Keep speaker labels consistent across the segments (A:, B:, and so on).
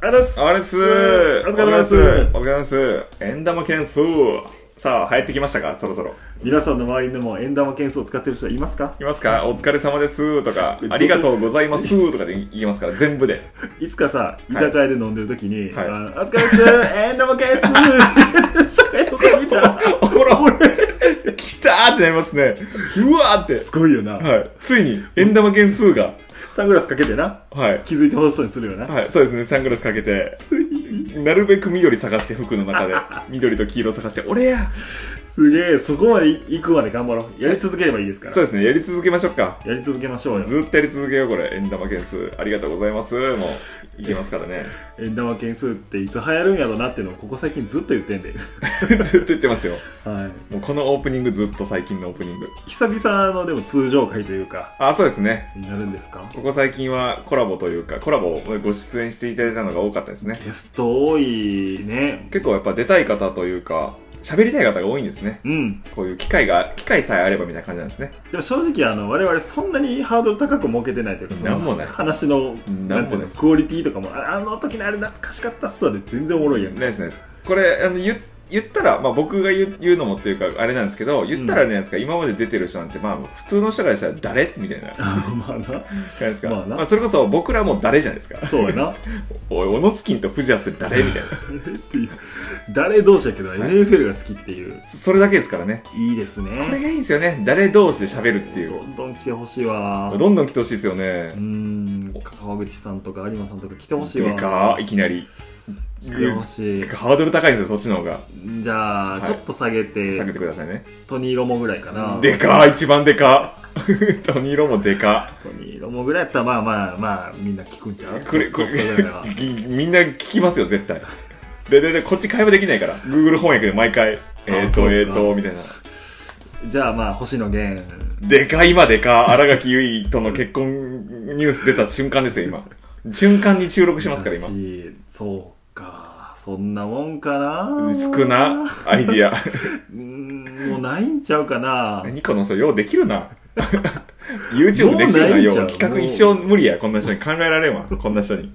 A: あれっす
B: あれっす
A: お疲れ様です
B: お疲れ様です円玉件数さあ、入ってきましたかそろそろ。
A: 皆さんの周りでも円玉件数を使ってる人はいますか
B: いますかお疲れ様ですとか
A: う、ん
B: ありがとうございますとかで言いますから、全部で。
A: いつかさ、居酒屋で飲んでる時に、
B: はい
A: あのお疲れっす円玉件数 って言ってる人が横見たら、
B: おこら、来たーってなりますね。うわーっ て。
A: すごいよな。
B: はい。ついに、円玉件数が、
A: サングラスかけてな、
B: はい。
A: 気づいてほしそうにするよな。
B: はい、そうですね、サングラスかけて、なるべく緑探して、服 の中で、緑と黄色探して、俺や
A: すげえ、そこまで行くまで頑張ろう。やり続ければいいですから
B: そう。ですね、やり続けましょうか。
A: やり続けましょうよ。
B: ずっとやり続けよう、これ。円玉件数、ありがとうございます。もう、いけますからね。
A: 円玉件数っていつ流行るんやろなっていうのをここ最近ずっと言ってんで。
B: ずっと言ってますよ。
A: は
B: もうこのオープニング、ずっと最近のオープニング。
A: い。久々のでも通常回というか、
B: あ、そうですね。
A: になるんですか
B: ここ最近はコラボというか、コラボをご出演していただいたのが多かったですね。
A: ゲスト多いね。
B: 結構やっぱ出たい方というか、喋りたい方が多いんですね。
A: うん。
B: こういう機会が、機会さえあればみたいな感じなんですね。
A: でも正直あの、我々そんなにハードル高く設けてないというか、そ
B: なんも
A: の
B: ない
A: 話の、
B: なんもない
A: ていうの、クオリティとかも、ああの時のあれ懐かしかったっすわで全然おもろいやん。
B: ないですないですこれあの言言ったら、まあ、僕が言う言うのもっていうかあれなんですけど言ったらあれじゃないですか、今まで出てる人なんて、まあ、普通の人からしたら誰みたいな感
A: まあな。
B: じですか、
A: ま
B: ま
A: あ
B: あ
A: な
B: それこそ僕らも誰じゃないですか
A: そうやな。
B: おい小野スキンと藤ス誰みたいな
A: 誰同士やけど、NFL が好きっていう。
B: それだけですからね
A: いいです
B: これ
A: ね。
B: がいいんですよね誰同士で喋るってい
A: ど
B: うん
A: どん来てほしいわ。
B: どんどん来てほしいですよね
A: うーん川口さんとか有馬さんとか来てほしい
B: で
A: わ
B: かいきなり
A: 来てほしい
B: ハードル高いんですよそっちの方が
A: じゃあ、
B: はい
A: ちょっと下げて
B: 下げてくださいね
A: トニーロモぐらいかな
B: でかい一番でかトニー ロもでか
A: トニーロモぐらいやったらまあまあまあみんな聞くんちゃう
B: くれく
A: こ
B: れ
A: こぐらいは
B: みんな聞きますよ絶対でででこっち会話できないから Google 翻訳で毎回えー、
A: そう
B: と
A: か
B: えー、とみたいな
A: じゃあまあ星野源
B: でか今でか新垣結衣との結婚ニュース出た瞬間ですよ今瞬間に収録しますから今
A: だしそうかそんなもんかな
B: 少なアイディ
A: う
B: ア
A: ーんもうないんちゃうかな
B: 何この人ようできるな YouTube できるな
A: もう
B: よ
A: ないんちゃう
B: う企画一生無理やこんな人に考えられんわこんな人に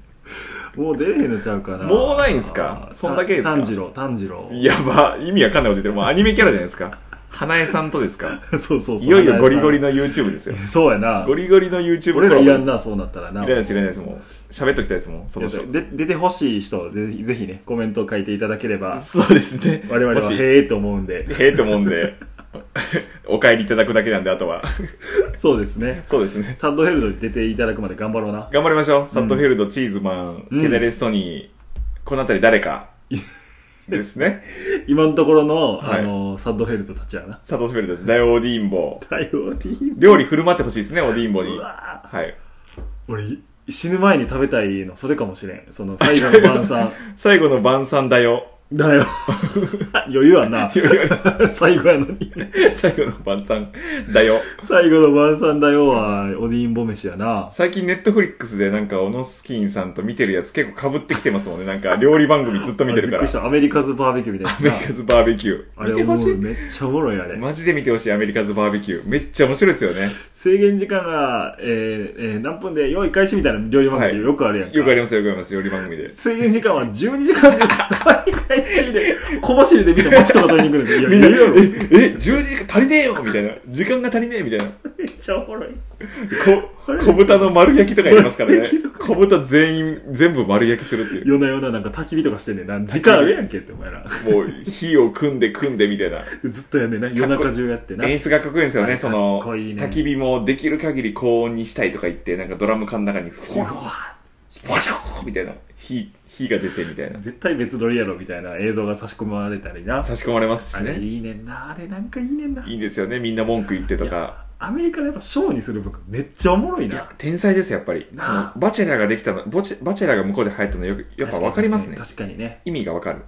A: もう出れへんのちゃうかな
B: もうないんすか
A: あー
B: そんだけですか
A: 炭治郎炭治郎
B: やば意味わかんないこと言ってるもうアニメキャラじゃないですか花江さんとですか
A: そうそうそう
B: いよいよゴリゴリの YouTube ですよ
A: そうやな
B: ゴリゴリの YouTube
A: 俺らいらん
B: な。
A: なそうなったらない
B: らないです、いらないです、もう。喋っときたいですもん、その人。
A: で出てほしい人ぜひぜひねコメントを書いていただければ
B: そうですね。
A: 我々
B: も
A: は
B: し
A: へえと思うんで
B: へえと思うんで、 お帰りいただくだけなんで、あとは。
A: そうですね
B: そうですね。
A: サンドヘルドに出ていただくまで頑張ろうな
B: 頑張りましょう。サットフィールド、チーズマン、
A: うん
B: ケネレストニー、このあたり誰 か。ですね。
A: 今のところの、
B: はい
A: あのサンドヘルドたちはな
B: サトシフィールドです。ダイオーディンボー。
A: 対応でいい
B: 料理振る舞ってほしいですね、オーディンボーに。
A: う
B: は
A: わ
B: い。
A: 俺死ぬ前に食べたいのそれかもしれんその最後の晩餐
B: 最後の晩 餐だよ。
A: だよ 余裕は な 最後やのに
B: 最後の晩餐だよ。
A: 最後の晩餐だよはおディンボ飯やな
B: 最近ネットフリックスでなんか、オノスキンさんと見てるやつ結構被ってきてますもんね。なんか、料理番組ずっと見てるか
A: あびっくり
B: ら
A: し。たアメリカズバーベキューみたい
B: アメ
A: な
B: リ
A: やつ
B: カズバーベキ
A: な
B: ュ
A: あ
B: ー。見
A: れ
B: て
A: おも
B: ほ
A: ろ
B: し
A: い
B: い。
A: めっちゃおもろいあれ
B: マジで見てほしい、アメリカズバーベキュー。めっちゃ面白いですよね。
A: 制限時間が、えーえー何分で用意開始みたいな料理番
B: はい
A: 組よくあるやんか、
B: よくありますよ、よくあります。料理番組で。
A: 制限時間は12時間です 用意開始で小走りでみんな巻きとか取りに来るんでいや
B: みんな、
A: い
B: え
A: やいや、
B: え、10時間足りねえよみたいな。時間が足りねえみたいな。
A: めっちゃおもろいあれ
B: こ、小豚の丸焼きとかやりますからね
A: 丸焼き。
B: 小豚全員、全部丸焼きするっていう。
A: 夜な夜ななんか焚き火とかしてんねんな時間あるやんけってお 前ら
B: もう、火を組んで組んでみたいな。
A: ずっとやんねんな夜中中やってな
B: 演出がかっこいいんですよ
A: は
B: ね、
A: い
B: その、
A: かっこいいね
B: 焚き火もできる限り高温にしたいとか言って、なんかドラム缶の中に、ふわふわふわしょーみたいな。火、火が出てみたいな。
A: 絶対別撮りやろみたいな映像が差し込まれたりな
B: 差し込まれます
A: あ
B: し
A: れ
B: ね。
A: いいねんなあれなんかいいねんない
B: いですよね、みんな文句言ってとか。
A: アメリカのやっぱショーにする僕めっちゃおもろい
B: い
A: な
B: や、天才です、やっぱり。その
A: なあ
B: バチェラーができたの、ボチバチェラーが向こうで流行ったのよく、やっぱ分かりますね。
A: 確かにね
B: 意味が分かる。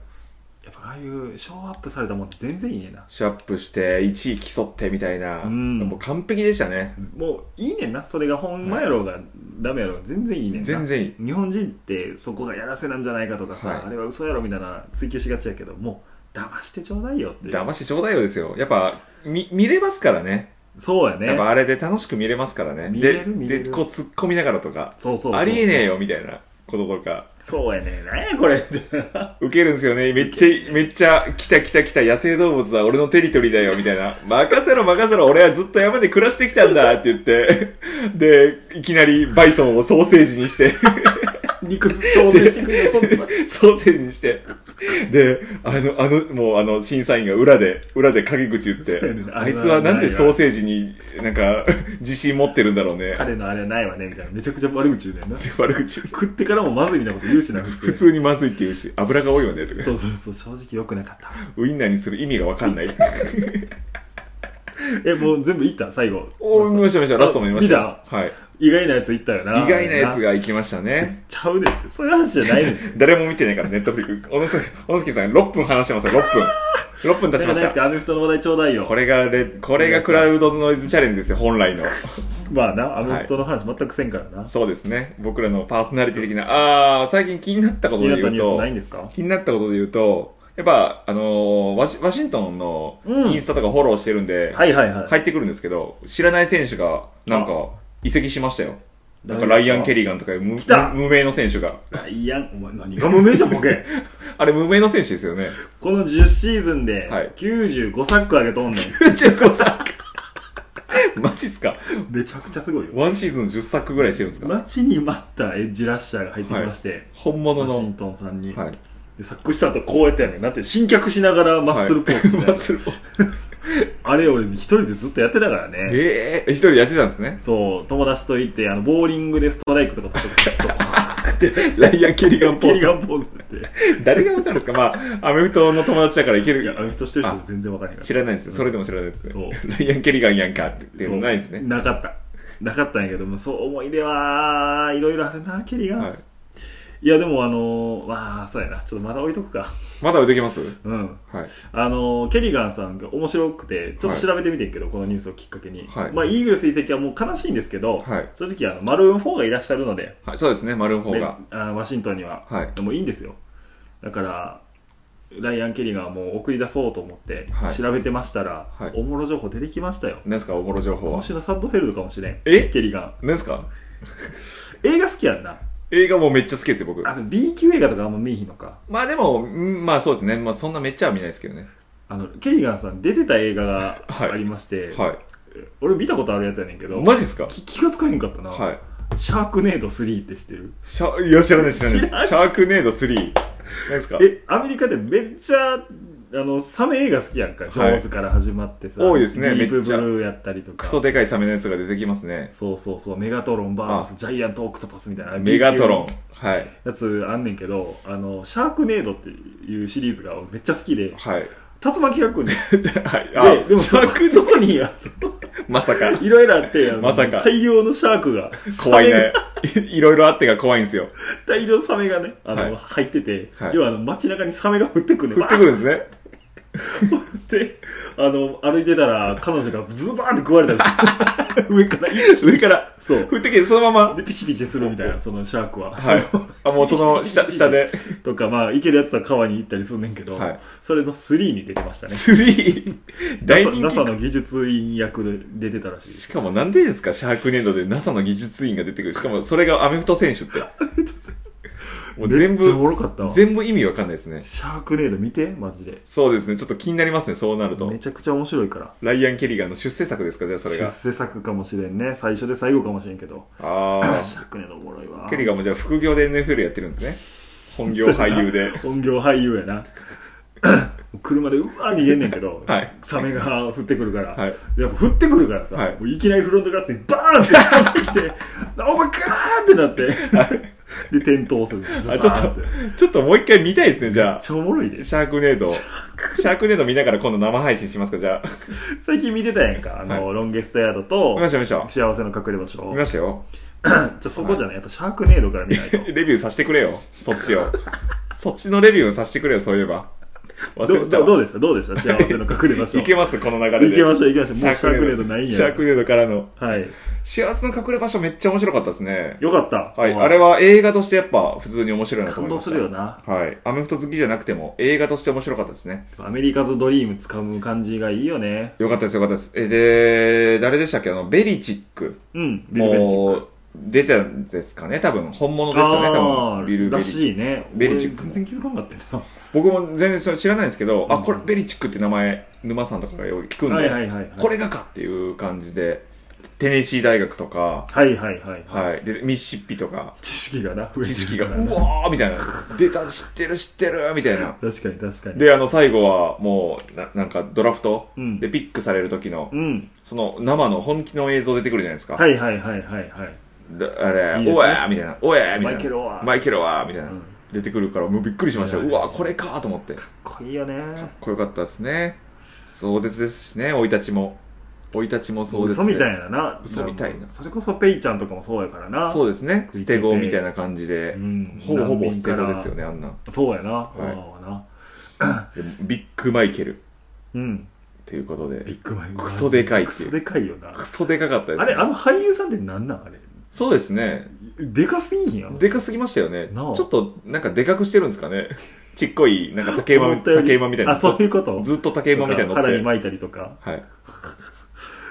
A: やっぱああいうショーアップされたもんって全然いいねんな
B: シュアップして、1位競ってみたいな。
A: うん
B: もう完璧でしたね。
A: もういいねんなそれがほんまやろうがダメやろうが全然いいねんな
B: 全然いい。
A: 日本人ってそこがやらせなんじゃないかとかさ、
B: はい
A: あれは嘘やろみたいな追求しがちやけどもう騙してちょうだいよっていう
B: 騙してちょうだいよですよ。やっぱ、見、見れますからね。
A: そうやね
B: やっぱあれで楽しく見れますからね。
A: 見れ
B: で
A: る見れる
B: で、こう突っ込みながらとか、
A: そうそうそう
B: ありえねえよみたいなこととか。
A: そうやね。何やこ れ。
B: ウケるんですよね。めっちゃ、めっちゃ、来た来た来た、野生動物は俺のテリトリーだよ、みたいな。任せろ任せろ、俺はずっと山で暮らしてきたんだって言って。で、いきなりバイソンをソーセージにして、
A: 肉調整してくれよ、そんな。
B: ソーセージにして。で、あの、あの、もうあの、審査員が裏で、裏で陰口言っ
A: そうやね
B: て、
A: あ
B: あ
A: れ
B: い
A: は
B: つはなんでソーセージに、なんか、自信持ってるんだろうね。
A: 彼のあれないわね、みたいな。めちゃくちゃ悪口言うねんな。
B: 悪口。
A: 食ってからもまずいみたいなこと言うしな、普通。
B: 普通にまずいって言うし、油が多いよね、とか。
A: そうそうそう、正直良くなかった。
B: ウインナーにする意味がわかんない。
A: え、もう全部いった最後。
B: お見ました見ました、ラストも見ました。
A: 見
B: はい。
A: 意外なやついったよな。
B: 意外なやつが行きましたね。
A: ちゃうねんって。そういう話じゃないねん。
B: 誰も見てないから、ネットフリックス。小野崎小野崎さん、6分話してますよ、6分。6分経
A: で
B: ち
A: も
B: ま
A: ない
B: し
A: です
B: た。
A: か、アメフトの話題ちょうだいよ
B: こ。れがレ、これがクラウドノイズチャレンジですよ、本来の。
A: まあな、アメフトの話全くせんからな。
B: そうですね。僕らのパーソナリティ的な。あー、最近気になったこ
A: 気
B: と
A: に
B: で
A: なったニ
B: 言う
A: ュース
B: と
A: な、いんですか
B: 気になったことで言うと、やっぱ、あのーワシ、ワシントンの
A: うん
B: インスタとかフォローしてるんで、
A: はいはいはい。
B: 入ってくるんですけど、知らない選手が、なんか、移籍しましたよ。なんか、ライアン・ケリーガンとかいう無
A: 来た
B: 無名の選手が。
A: ライアン、お前何が無名じゃん、ボケ。
B: あれ、無名の選手で すよね。
A: この10シーズンで
B: はい
A: 95サック上げとんねん。
B: 95作。 マジっすか
A: めちゃくちゃすごいよ。
B: ワンシーズン10作ぐらいしてるんですか、
A: 待ちに待ったエッジラッシャーが入ってきまして、
B: 本物
A: ワシ
B: の
A: ン。トンさんに。
B: はい。
A: で、サックした後こうやってやねん。なんて、新脚しながらマッスルポーズみたいな。
B: マッスルポーズ
A: あれ俺一人でずっとやってたからね。
B: ええ一人でやってたんです ね。
A: そう、友達と行って、あの、ボーリングでストライクとか取 ってずっと、
B: ライアン・ケリガンポ
A: ケリ
B: ーズ。
A: ガンポーズって。
B: 誰がわかるんですかまあ、アメフトの友達だからいけ
A: いや、アメ
B: る。
A: フトしてる人全然わからへんから。
B: 知らないんですよ。それでも知らないですね。
A: そ
B: ライアン・ケリガンやんかってっていう
A: そう
B: のないんですね。
A: なかった。なかったんやけども、そう思い出は、いろいろあるな、ケリガン。
B: はい
A: い、。や、でもあのー、まあ、そうやな。ちょっとまだ置いとくか。
B: まだ置いときます
A: うん。
B: はい。
A: あのー、ケリガンさんが面白くて、ちょっと調べてみてんけど、このニュースをきっかけに。
B: はい
A: まあ、イーグルス移籍はもう悲しいんですけど、
B: はい。
A: 正直、あの、マルーン4がいらっしゃるので、
B: はい、そうですね。丸の方
A: で
B: が。
A: あのワシントンには。
B: はい。
A: もういいんですよだからライアン・ケリーがもう送り出そうと思って
B: はい
A: 調べてましたら、
B: はい
A: おもろ情報出てきましたよ
B: 何ですかおもろ情報
A: 今
B: は。
A: 週のサッドフェルドかもしれん
B: え
A: ケリーが
B: 何ですか
A: 映画好きやんな
B: 映画もめっちゃ好きですよ、僕。
A: あでも B 級映画とかあんま見えひんのか
B: まあでも、うんまあそうですね。まあそんなめっちゃは見ないですけどね。
A: あのケリガンさん出てた映画が
B: はい
A: ありまして、
B: は
A: 俺見たことあるやつやねんけ
B: い。
A: ど、
B: マジっすか
A: き気がつかへんかったな、
B: はい。
A: シャークネード3って知ってる
B: シャいや、知らない、知らな
A: 知
B: い
A: らな
B: で
A: い
B: す。シャークネード3。何ですか
A: えアメリカでめっちゃあのサメ映画好きやんか、ジョーズから始まってさ
B: 多いですね
A: ディープ
B: めっ
A: ブ
B: ちゃ
A: ルーやったりとか
B: クソでかいサメのやつが出てきますね。
A: そうそうそう、メガトロン VS ジャイアントオクトパスみたいな。
B: メガトロン。はい。
A: ン。やつあんねんけど、あの、シャークネードっていうシリーズがめっちゃ好きで、
B: はい。
A: 竜巻が来るねん。
B: はい。
A: で、でも
B: シ
A: そ
B: ャーク、
A: そこに、あ
B: まさか
A: の。いろいろあって、あの
B: まさか
A: 大量のシャークが、
B: 怖い
A: サメ
B: ね
A: が。
B: いい ろいろあってが怖いんですよ。
A: 大量のサメがね、あの、
B: はい
A: 入ってて、
B: はい
A: 要はあの街中にサメが降ってくるねん。
B: 降ってくるんですね。
A: バーって、あの、歩いてたら、彼女がズバーンって食われたんです上から一気に
B: 上から。
A: そう。
B: 降ってきて、そのまま。
A: で、ピチピチするみたいな、そのシャークは。
B: はい。あ、もう その下、下で。
A: とか、まあ、行けるやつは川に行ったりすんねんけど、
B: はい
A: それの3に出てましたね。
B: 3。大
A: NASA,
B: 人
A: NASA
B: 気。
A: の技術員役で出てたらしいです。
B: しかもなんでですかシャークネードで NASA の技術員が出てくる。しかもそれがアメフト選手って。もう全
A: めっちゃお
B: 部、
A: もろかったわ。シ
B: 全部意味わかんないですね。
A: ャークネード見て、マジで。
B: そうですね。ちょっと気になりますね、そうなると
A: め。ちゃくちゃ面白いから。
B: ライアン・ケリガンの出世作ですか、じゃあそれ
A: 出
B: が。
A: 世作かもしれんね。最初で最後かもしれんけど。
B: あ
A: シャークネードおもろいわ。
B: あ。ケリガンもじゃあ副業で NFL やってるんですね。本業俳優で。
A: 本業俳優や な。車でうわー逃げんねんけど、
B: はい
A: サメが降ってくるから、
B: はい
A: やっぱ降ってくるからさ、
B: はい
A: もういきなりフロントガラスにバーンってサメ来て、 お前ガーってなって、で、転倒する。
B: あ、ちょっ
A: ザーンて
B: と、ちょっともう一回見たいですね、じ
A: め
B: ゃ
A: っちゃおもろいで
B: あ。。シャークネード。シャークネード見ながら今度生配信しますか、じゃあ。
A: 最近見てたやんか。あの、ロンゲストヤードと
B: 見ま、した、見ました。
A: 幸せの隠れ場所。
B: 見
A: じゃ
B: ましたよ。
A: あそこじゃない。やっぱシャークネードから見ないと。
B: レビューさせてくれよ。そっちを。そっちのレビューをさせてくれよ、そういえば。忘れ
A: ど
B: てた
A: どどう
B: わ。
A: でしたどうでした幸せの隠れ場 所。
B: いけます、この流れで。
A: いけましょういけましょうもうシャークネードないんや
B: シャークネードからの。
A: はい。
B: 幸せの隠れ場所めっちゃ面白かったですね。
A: よかった。
B: はい。
A: お
B: あれは映画としてやっぱ普通に面白いなと
A: 感
B: 思い
A: 動
B: まし
A: す
B: た。
A: るよな。
B: はい。アメフト好きじゃなくても、映画として面白かったですね。
A: アメリカズドリーム掴む感じがいいよね。
B: よかったです、よかったです。え、で、誰でしたっけあの、ベリチック。
A: うん。ビルベンチッ
B: も
A: ク。
B: う、出てたんですかね、多分。本物ですよね、多分。ビル・ベ
A: ら
B: リチック
A: しいね。
B: ベリチック
A: 俺全然気づかなかったよ
B: 僕も全然それ知らないんですけど、あ、
A: うん
B: これベリチックって名前、沼さんとかがよく聞くんで、
A: な。はいはいはいはい。
B: これがかっていう感じで、テネシー大学とか、
A: はいはいはい。
B: はい、で、ミシシッピとか、
A: 知識がな、
B: 知 識が、
A: 増
B: う
A: えてるからな
B: わーみたいな、出た、知ってる、知ってる、みたいな。
A: 確かに確かに。
B: で、あの、最後は、もう、ななんか、ドラフト
A: うん
B: でピックされる時の、
A: うん。
B: その、生の本気の映像出てくるじゃないですか。
A: はいはいはいはいはい。
B: だあれ、
A: いいですね
B: おえーみたいな、おえーみたいな。
A: マイケルオアー
B: マイケルオアーみたいな、
A: うん
B: 出てくるから、もうびっくりしました。
A: はいうはいはい
B: わ、これかと思って。かっ
A: かっこいいよね。
B: こよかったですね。壮絶ですしね、生い立ちも。生い立ちも壮絶
A: 嘘
B: で。
A: みたいなな。
B: 嘘みたいな
A: それこそペイちゃんとかもそうやからな。
B: そうですね。
A: 食い
B: 捨
A: 気味
B: て子みたいな感じで
A: う。ん。
B: ほぼほぼ捨て子
A: 難民から
B: ですよね、あんな。
A: そうやな。
B: い
A: わわわな
B: でビッグマイケル。
A: うん。
B: ということ
A: ビ
B: で。
A: ッグマイ
B: クソでかいっ
A: ク
B: ていう
A: ソでかいよな。
B: クソでかかったです、ね。
A: あれ、あの俳優さんってなんなんあれ。
B: そうですね。
A: でかすぎんやん。
B: でかすぎましたよね。ち
A: なあ
B: ょっと、なんかでかくしてるんですかね。ちっこい、なんか竹馬、
A: 思ったより
B: 竹馬みたいな。
A: あ、そういうこと
B: ずっと竹馬みたいなの乗っ
A: 腹
B: て。
A: に巻いたりとか。
B: はい。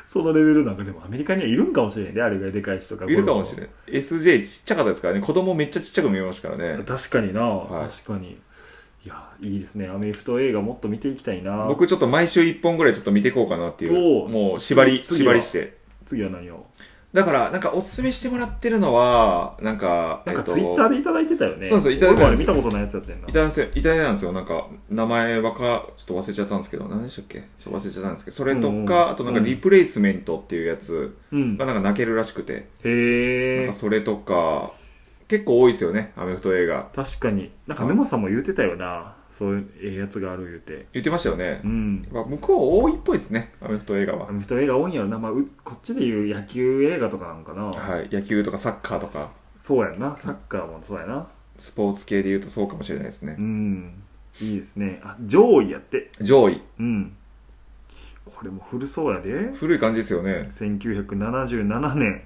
A: そのレベルなんかでもアメリカにはいるんかもしれんね。あれぐらいでかい人が。
B: いるかもしれん。SJ ちっちゃかったですからね。子供めっちゃちっちゃく見えましたからね。
A: 確かにな、
B: はい
A: 確かにいやいいですねアメフト映画もっと見ていきたいな
B: 僕ちょっと毎週1本ぐらいちょっと見ていこうかなっていう。
A: おー
B: もう縛り、
A: 次
B: 縛
A: は
B: りして。
A: 次は何を
B: だから、なんかおすすめしてもらってるのは、なんか、
A: なんか
B: えっと
A: ツイッターでいただいてたよね
B: そうそういただ
A: 俺
B: い
A: も
B: た
A: あ
B: んで
A: れ
B: す
A: 見
B: よ
A: たことないやつやってんない
B: ただいたんですよいただいたんですよ。なんか、名前はか、ちょっと忘れちゃったんですけど、何でしたっけちょっと忘れちゃったんですけど、それとか、
A: うんうん
B: あとなんかリプレイスメントっていうやつ
A: うん
B: がなんか泣けるらしくて、
A: へ
B: なん
A: え
B: かそれとか、結構多いですよね、アメフト映画。
A: 確かになんかメモさんも言うてたよなそういうええやつがある言うて
B: 言ってましたよね
A: う。ん
B: まあ向こう多いっぽいですね、アメフト映画は
A: ア。メフト映画多いんやろな、まあ、うこっちでいう野球映画とかなんかな、
B: はい、野球とかサッカーとか、
A: そうやんなサッカーもそうやな
B: スポーツ系で言うとそうかもしれないですね
A: う。んいいですねあ上位やって
B: 上位。
A: うんこれも古そうやで
B: 古い感じですよね。
A: 1977年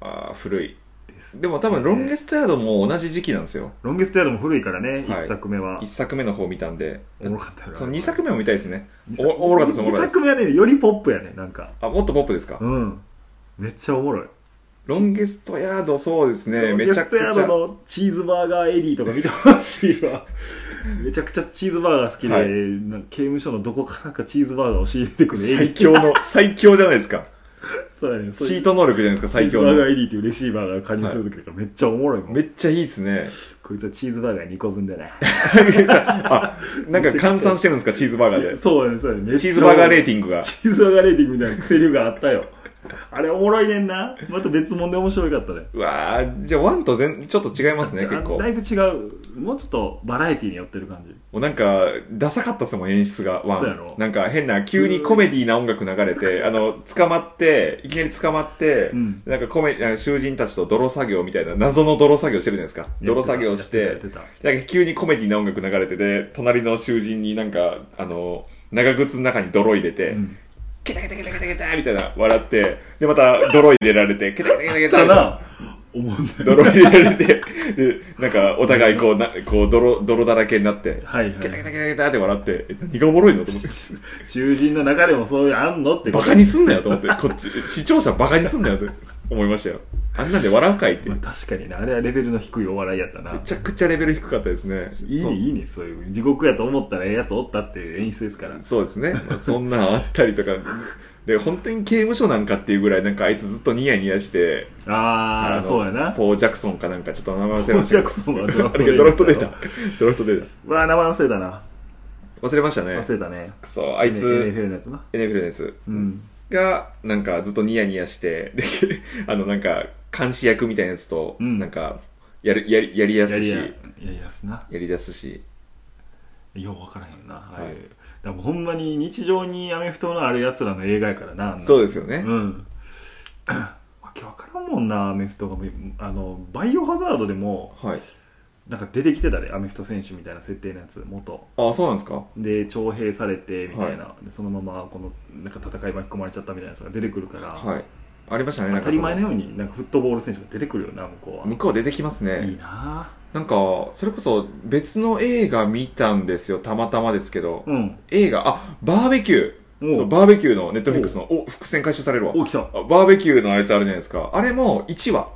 B: ああ、古い。
A: です
B: でも多分、ロンゲストヤードも同じ時期なんですよ。
A: ロンゲストヤードも古いからね、一
B: はい
A: 作目は
B: 1。作目の方見たんで。
A: おもろかったよ。
B: その2作目も見たいですね。
A: 二
B: お
A: 作
B: おもろかったです、おもろか
A: 二
B: ったです。
A: 作目はね、よりポップやね、なんか。
B: あ、もっとポップですか
A: う。ん。めっちゃおもろい。
B: ロンゲストヤード、そうですね。
A: ロン
B: め
A: ゲ
B: ちゃ
A: ス
B: く
A: ト
B: ちゃ
A: ヤ。ードのチーズバーガーエディとか見てほしい わ。めちゃくちゃチーズバーガー好きで、
B: はい
A: なんか刑務所のどこからかチーズバーガーを仕入れてくるエデ
B: 最
A: ィ。
B: 強の、最強じゃないですか。
A: そうやね、
B: チ
A: そういう
B: ート能力じゃないですか、最
A: チーズ
B: 強
A: バーガー
B: の。
A: エディっていうレシーバーが加入するときとかめっちゃおもろい もん。
B: めっちゃいいですね。
A: こいつはチーズバーガー2個分だな。
B: あ、なんか換算してるんですか、チーズバーガ
A: い
B: ー
A: や
B: で。
A: そうやね、そうやね。
B: チーズバーガーレー
A: ティング
B: ティングが。
A: チーズバーガーレーティングみたいな癖流があったよ。あれおもろいねんな。また別物で面白かったね。
B: うわあじゃあワンと全、ちょっと違いますね、結構
A: あ。だいぶ違う。もうちょっとバラエティに寄ってる感じ。
B: もうなんか、ダサかったっすもん、演出が、ワ
A: そうやろ
B: ン。なんか変な、急にコメディーな音楽流れて、あの、捕まって、いきなり捕まって、
A: うん
B: なんかコメ、なんか囚人たちと泥作業みたいな、謎の泥作業してるじゃないですか。泥作業し
A: やってた、やって
B: なんか急にコメディーな音楽流れてて、隣の囚人になんか、あの、長靴の中に泥入れて、
A: たうん
B: ケタケタケタケタケタみたいな、笑って、で、また泥入れられて、ケタケタケタケタ
A: た
B: みたいな
A: だ、おもんない。
B: 泥入れられて、で、なんか、お互いこう、な、こう、泥、泥だらけになって、
A: はいは
B: ケタケ
A: い。
B: タケタケタって笑って、え何がおもろいの と思って。
A: 囚人の中でもそういうあんのって。
B: バカにすんなよと思って、こっち、視聴者バカにすんなよと思いましたよ。あんなんで笑うかいって。
A: まあ
B: め
A: 確かにね、あれはレベルの低いお笑いやったな。
B: ちゃくちゃレベル低かったですね。
A: いい
B: そう
A: ね、いいね、そういう。地獄やと思ったらええやつおったっていう演出ですから。
B: そうですね。まあそんなんあったりとか。で、本当に刑務所なんかっていうぐらい、なんかあいつずっとニヤニヤして、
A: あー、
B: の
A: そうやな。
B: ポー・ジャクソンかなんかちょっと名前忘れ
A: ポー
B: まし
A: ジ
B: た
A: ャ
B: け
A: ク
B: ど。
A: ソンは
B: あれがドラフトデー
A: だ
B: タ。ドラフトデー
A: うわー、名前忘れたな。
B: タ。忘れましたね
A: 忘。れたね。
B: くそ、あい
A: N-
B: つ、
A: NFL のやつな。
B: エネフルです。
A: うん。
B: が、なんかずっとニヤニヤして、で、 あの、なんか、監視役みたいなやつと、
A: うん
B: なんか、やる、やり、やりや
A: や
B: す
A: り
B: し、
A: や、や
B: や
A: りやすな。
B: りだすし、
A: よう分からへんな。はい。
B: はい
A: だからほんまに日常にアメフトのあるやつらの映画やからな。
B: そう
A: う
B: ですよね。
A: うん。 わけわからんもんな、アメフトが。あの、バイオハザードでも、
B: はい。
A: なんか出てきてたで、アメフト選手みたいな設定のやつ、元。
B: あ、そうなんですか
A: で、徴兵されて、みたいな、で。そのまま、この、なんか戦い巻き込まれちゃったみたいなやつが出てくるから、
B: はい。ありましたね、なん
A: 当
B: か
A: たり前のように、なんかフットボール選手が出てくるよな、向こ
B: そうの
A: は。
B: 向こう出てきますね。
A: いいな
B: なんか、それこそ別の映画見たんですよ、たまたまですけど。
A: うん。
B: 映画、あ、バーベキュー。
A: お
B: そう、バーベキューのネットフリックスの、お、伏線回収されるわ。
A: お、来た。
B: あバーベキューのあれってあるじゃないですか。あれも1話。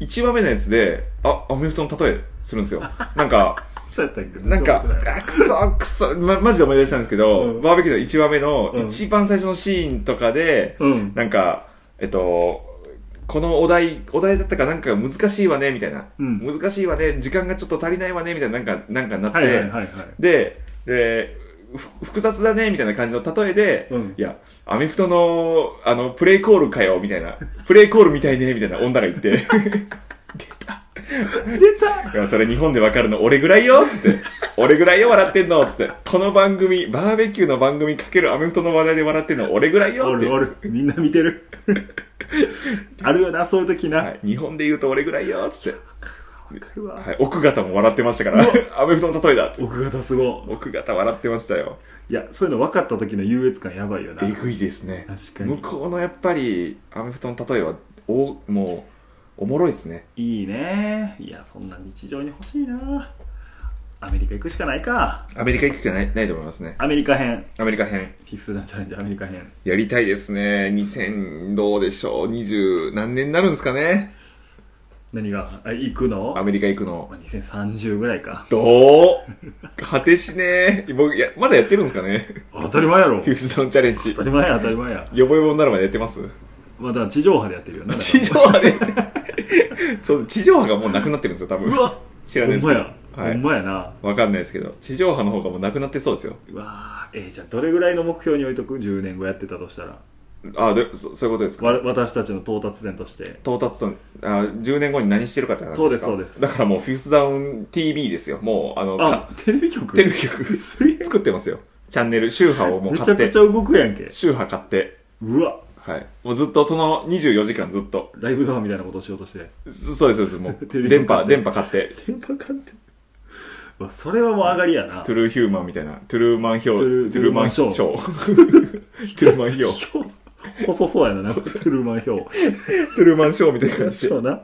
B: 1話目のやつで、あ、アメフトの例えす るんですよ。なんか、
A: そうやったっけ
B: なんか、あくそ、くそ、ま、マジで思い出したんですけど、
A: うん
B: バーベキューの1話目
A: う
B: の
A: ん
B: 一番最初のシーンとかで、
A: うん。
B: なんか、えっと、このお題、お題だったかなんかが難しいわね、みたいな。
A: うん
B: 難しいわね、時間がちょっと足りないわね、みたいな、なんか、なんかなって、
A: はいはいはいはい。
B: で、で、ふ複雑だね、みたいな感じの例えで、
A: うん
B: いや、アメフトの、あの、プレイコールかよ、みたいな。プレイコールみたいね、みたいな女が言って。
A: 出た
B: いや、それ日本でわかるの俺ぐらいよつって。俺ぐらいよ笑ってんのつって。この番組、バーベキューの番組かけるアメフトの話題で笑ってんの俺ぐらい
A: お
B: よって。
A: るおる。みんな見て る。あるよな、そういう時な。
B: は
A: わ
B: い、日本で言うと俺ぐらいよつって。
A: かるわ。
B: はい、奥方も笑ってましたから。アメフトの例えだって。
A: 奥方すご
B: 奥方笑ってましたよ。
A: い。いや、そういうの分かった時の優越感やばいよな。
B: えぐいですね。
A: 確か
B: 向
A: に。
B: こうのやっぱり、アメフトの例えは、お、もう、おもろいですね。
A: いいね。いや、そんな日常に欲しいな。アメリカ行くしかないか。
B: アメリカ行くしかない、ないと思いますね。
A: アメリカ編。
B: アメリカ編。
A: フィフスダンチャレンジアメリカ編。
B: やりたいですね。2000、どうでしょう。20何年になるんですかね。
A: 何があ行くの
B: アメリカ行くの
A: ま。あ2030ぐらいか。
B: どう果てしねえ。僕、いや、まだやってるんですかね
A: 当たり前やろ。
B: フィフスダウンチャレンジ
A: 当。たり前や、当たり前や。
B: よぼよぼになるまでやってます
A: まあだから地上波でやってるよね。
B: 地上波でそう、地上波がもうなくなってるんですよ、多分。
A: うわ
B: 知らないです
A: ほんまや。
B: はい
A: ほんまやな。
B: わかんないですけど。地上波の方がもうなくなってそうですよ。
A: うわーえーじゃあどれぐらいの目標に置いとく10年後やってたとしたら
B: あでそ、そういうことですか
A: わ私たちの到達点として
B: 到達とあ10年後に何してるかって話ですか
A: そうですそうです
B: だからもうフィフスダウン TV ですよもうあの
A: あ
B: か
A: テレビ局
B: テレビ局作ってますよチャンネル周波をもう
A: めち
B: 買
A: ゃ
B: っ
A: く
B: て
A: ちゃ動くやんけ
B: 周波買って
A: うわ
B: はいもうずっとその24時間ずっと
A: ライブドアみたいなことしようとして
B: そそうですそうです も
A: テレ
B: う
A: ビ
B: 電
A: 局買
B: 波
A: って
B: 電波買って
A: 電波館ってうわそれはもう上がりやな
B: トゥルーヒューマンみたいなトゥルーマンヒョウ
A: トゥルー
B: トゥルーマンショー
A: ト
B: ト ゥルーマンヒョウ
A: 今日細そうやな なんかトゥルーマン表
B: トゥルーマンショーみたいな感じで
A: そうな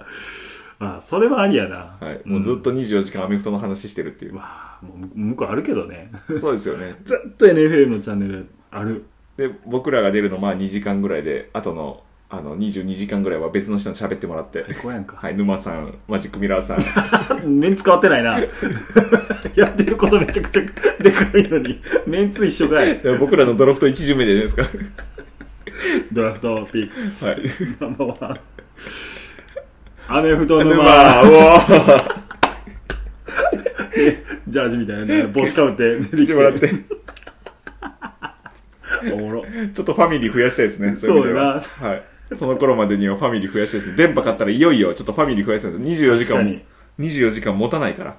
A: あそれはありやな
B: はい、もうずっと24時間アメフトの話してるっていう
A: う、わあもう向向こうあるけどね
B: そうですよね
A: ずっと NFL のチャンネルある
B: で僕らが出るのまあ2時間ぐらいであとのあの22時間ぐらいは別の人に喋ってもらって
A: 最高やんか
B: はい沼さんマジックミラーさん
A: メンツ変わってない な。やってることめちゃくちゃでかいのに、メンツ一緒かい。
B: でも僕らのドラフト1巡目じゃないですか
A: ドラフトピックス、
B: はい
A: ナンバーワン。アメフト
B: 沼
A: 沼、
B: うわ
A: ジャージみたいなね、帽子かぶって出てき
B: 見て
A: て
B: もらってち
A: おもろ。
B: ょっとファミリー増やしたいですねい意味でははいその頃までにはファミリー増やしたいです電波買ったらいよいよちょっとファミリー増やしたいです24時間
A: 確
B: も
A: かに
B: 24時間持たないから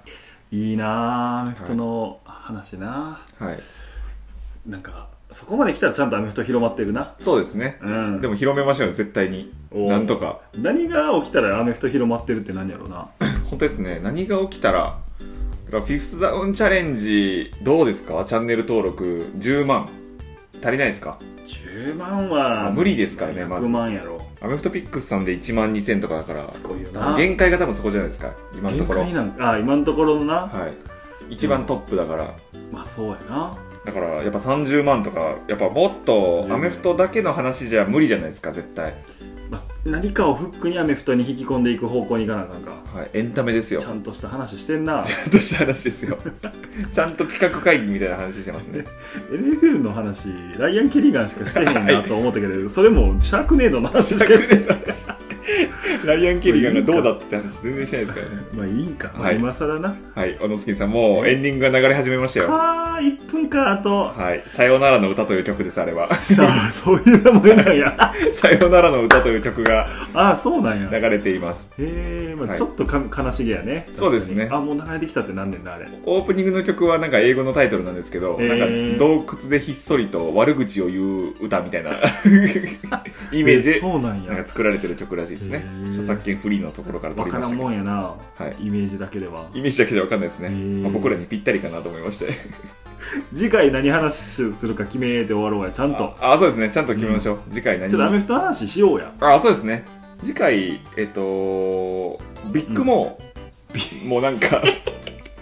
A: いいなぁ、アメフトの話な
B: はい
A: ぁ。なんか、そこまで来たらちゃんとアメフト広まってるな。
B: そうですね
A: う、ん。
B: でも広めましょうよ絶対に
A: おー
B: なんとか
A: 何が起きたらアメフト広まってるって何やろうな。
B: 本当ですね何が起きたらだからフィフスダウンチャレンジどうですかチャンネル登録10万足りないですか
A: 10万は、
B: あ無理ですからねまず
A: 100万やろ。
B: アメフトピックスさんで1万2000とかだから
A: すごいよ
B: 多分
A: な。
B: 限界が多分そこじゃないですか今のと
A: 限
B: ころ
A: 界なんかあ今のところのな、
B: はい一番トップだから、
A: まあそうやな
B: だからやっぱ30万とかやっぱもっとアメフトだけの話じゃ無理じゃないですか絶対、
A: まあ、何かをフックにアメフトに引き込んでいく方向にいかなあかんか
B: はい、エンタメですよ
A: ちゃんとした話してんな
B: ちゃんとした話です よちゃんと企画会議みたいな話してますね
A: NFL の話ライアン・ケリガンしかしてへんなと思ったけど、それもシャークネードの話しかしてない
B: ライアン・ケリガンがどうだって話全然してないですからね
A: まあいいんか、まあ
B: はい
A: 今更な
B: はい、小野月さん、もうエンディングが流れ始めましたよ。
A: あー1分かあと
B: はい、さよならの歌という曲です、あれは。
A: さあそういう名前なんや
B: さよならの歌という曲が
A: ああそうなんや
B: 流
A: へ
B: れています。
A: え、ま
B: は
A: あ、
B: い
A: ちょっとか、悲しげやね
B: そうですね
A: 確かにあもう流れてきたってなんねんなあれ
B: オープニングの曲はなんか英語のタイトルなんですけど、
A: へー
B: なんか洞窟でひっそりと悪口を言う歌みたいな イメージ
A: え
B: で
A: そうなんや
B: なんか作られてる曲らしいですね
A: へ。ー
B: 著作権フリーのところから
A: わ
B: 取り
A: か
B: ま
A: ら
B: し
A: ん
B: た
A: も
B: けど
A: ん。やな、
B: はい
A: イメージだけでは
B: イメージだけでわかんないですね。
A: へー
B: まあ僕らにぴったりかなと思いまして。
A: 次回何話するか決めて終わろうやちゃんと
B: あ、そうですね。ちゃんと決めましょう。次回何
A: ちょっとアメフトの話しようや
B: あそうですね次回えっとビッグモー、 もうなんか
A: ビッ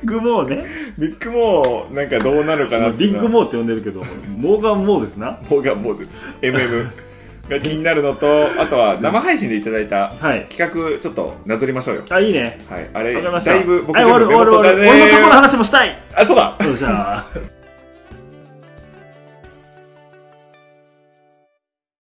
A: グモーね
B: ビッグモーなんかどうなるか
A: ま
B: な
A: あビッグ
B: ー
A: モーって呼んでるけどモーガン・モーですな
B: モーガンモーです MM が気になるのと、あとは生配信でいただいた
A: はい
B: 企画、ちょっとなぞりましょうよ。
A: あいいね
B: はい、あ
A: わか
B: れ、
A: りました
B: だいぶ僕
A: はい
B: で
A: 終わ
B: も
A: る
B: メ
A: 終
B: モ
A: わる終わ
B: 取ら
A: る
B: ね
A: 俺の過去の話もしたい
B: あ、そうだ
A: そうじゃあ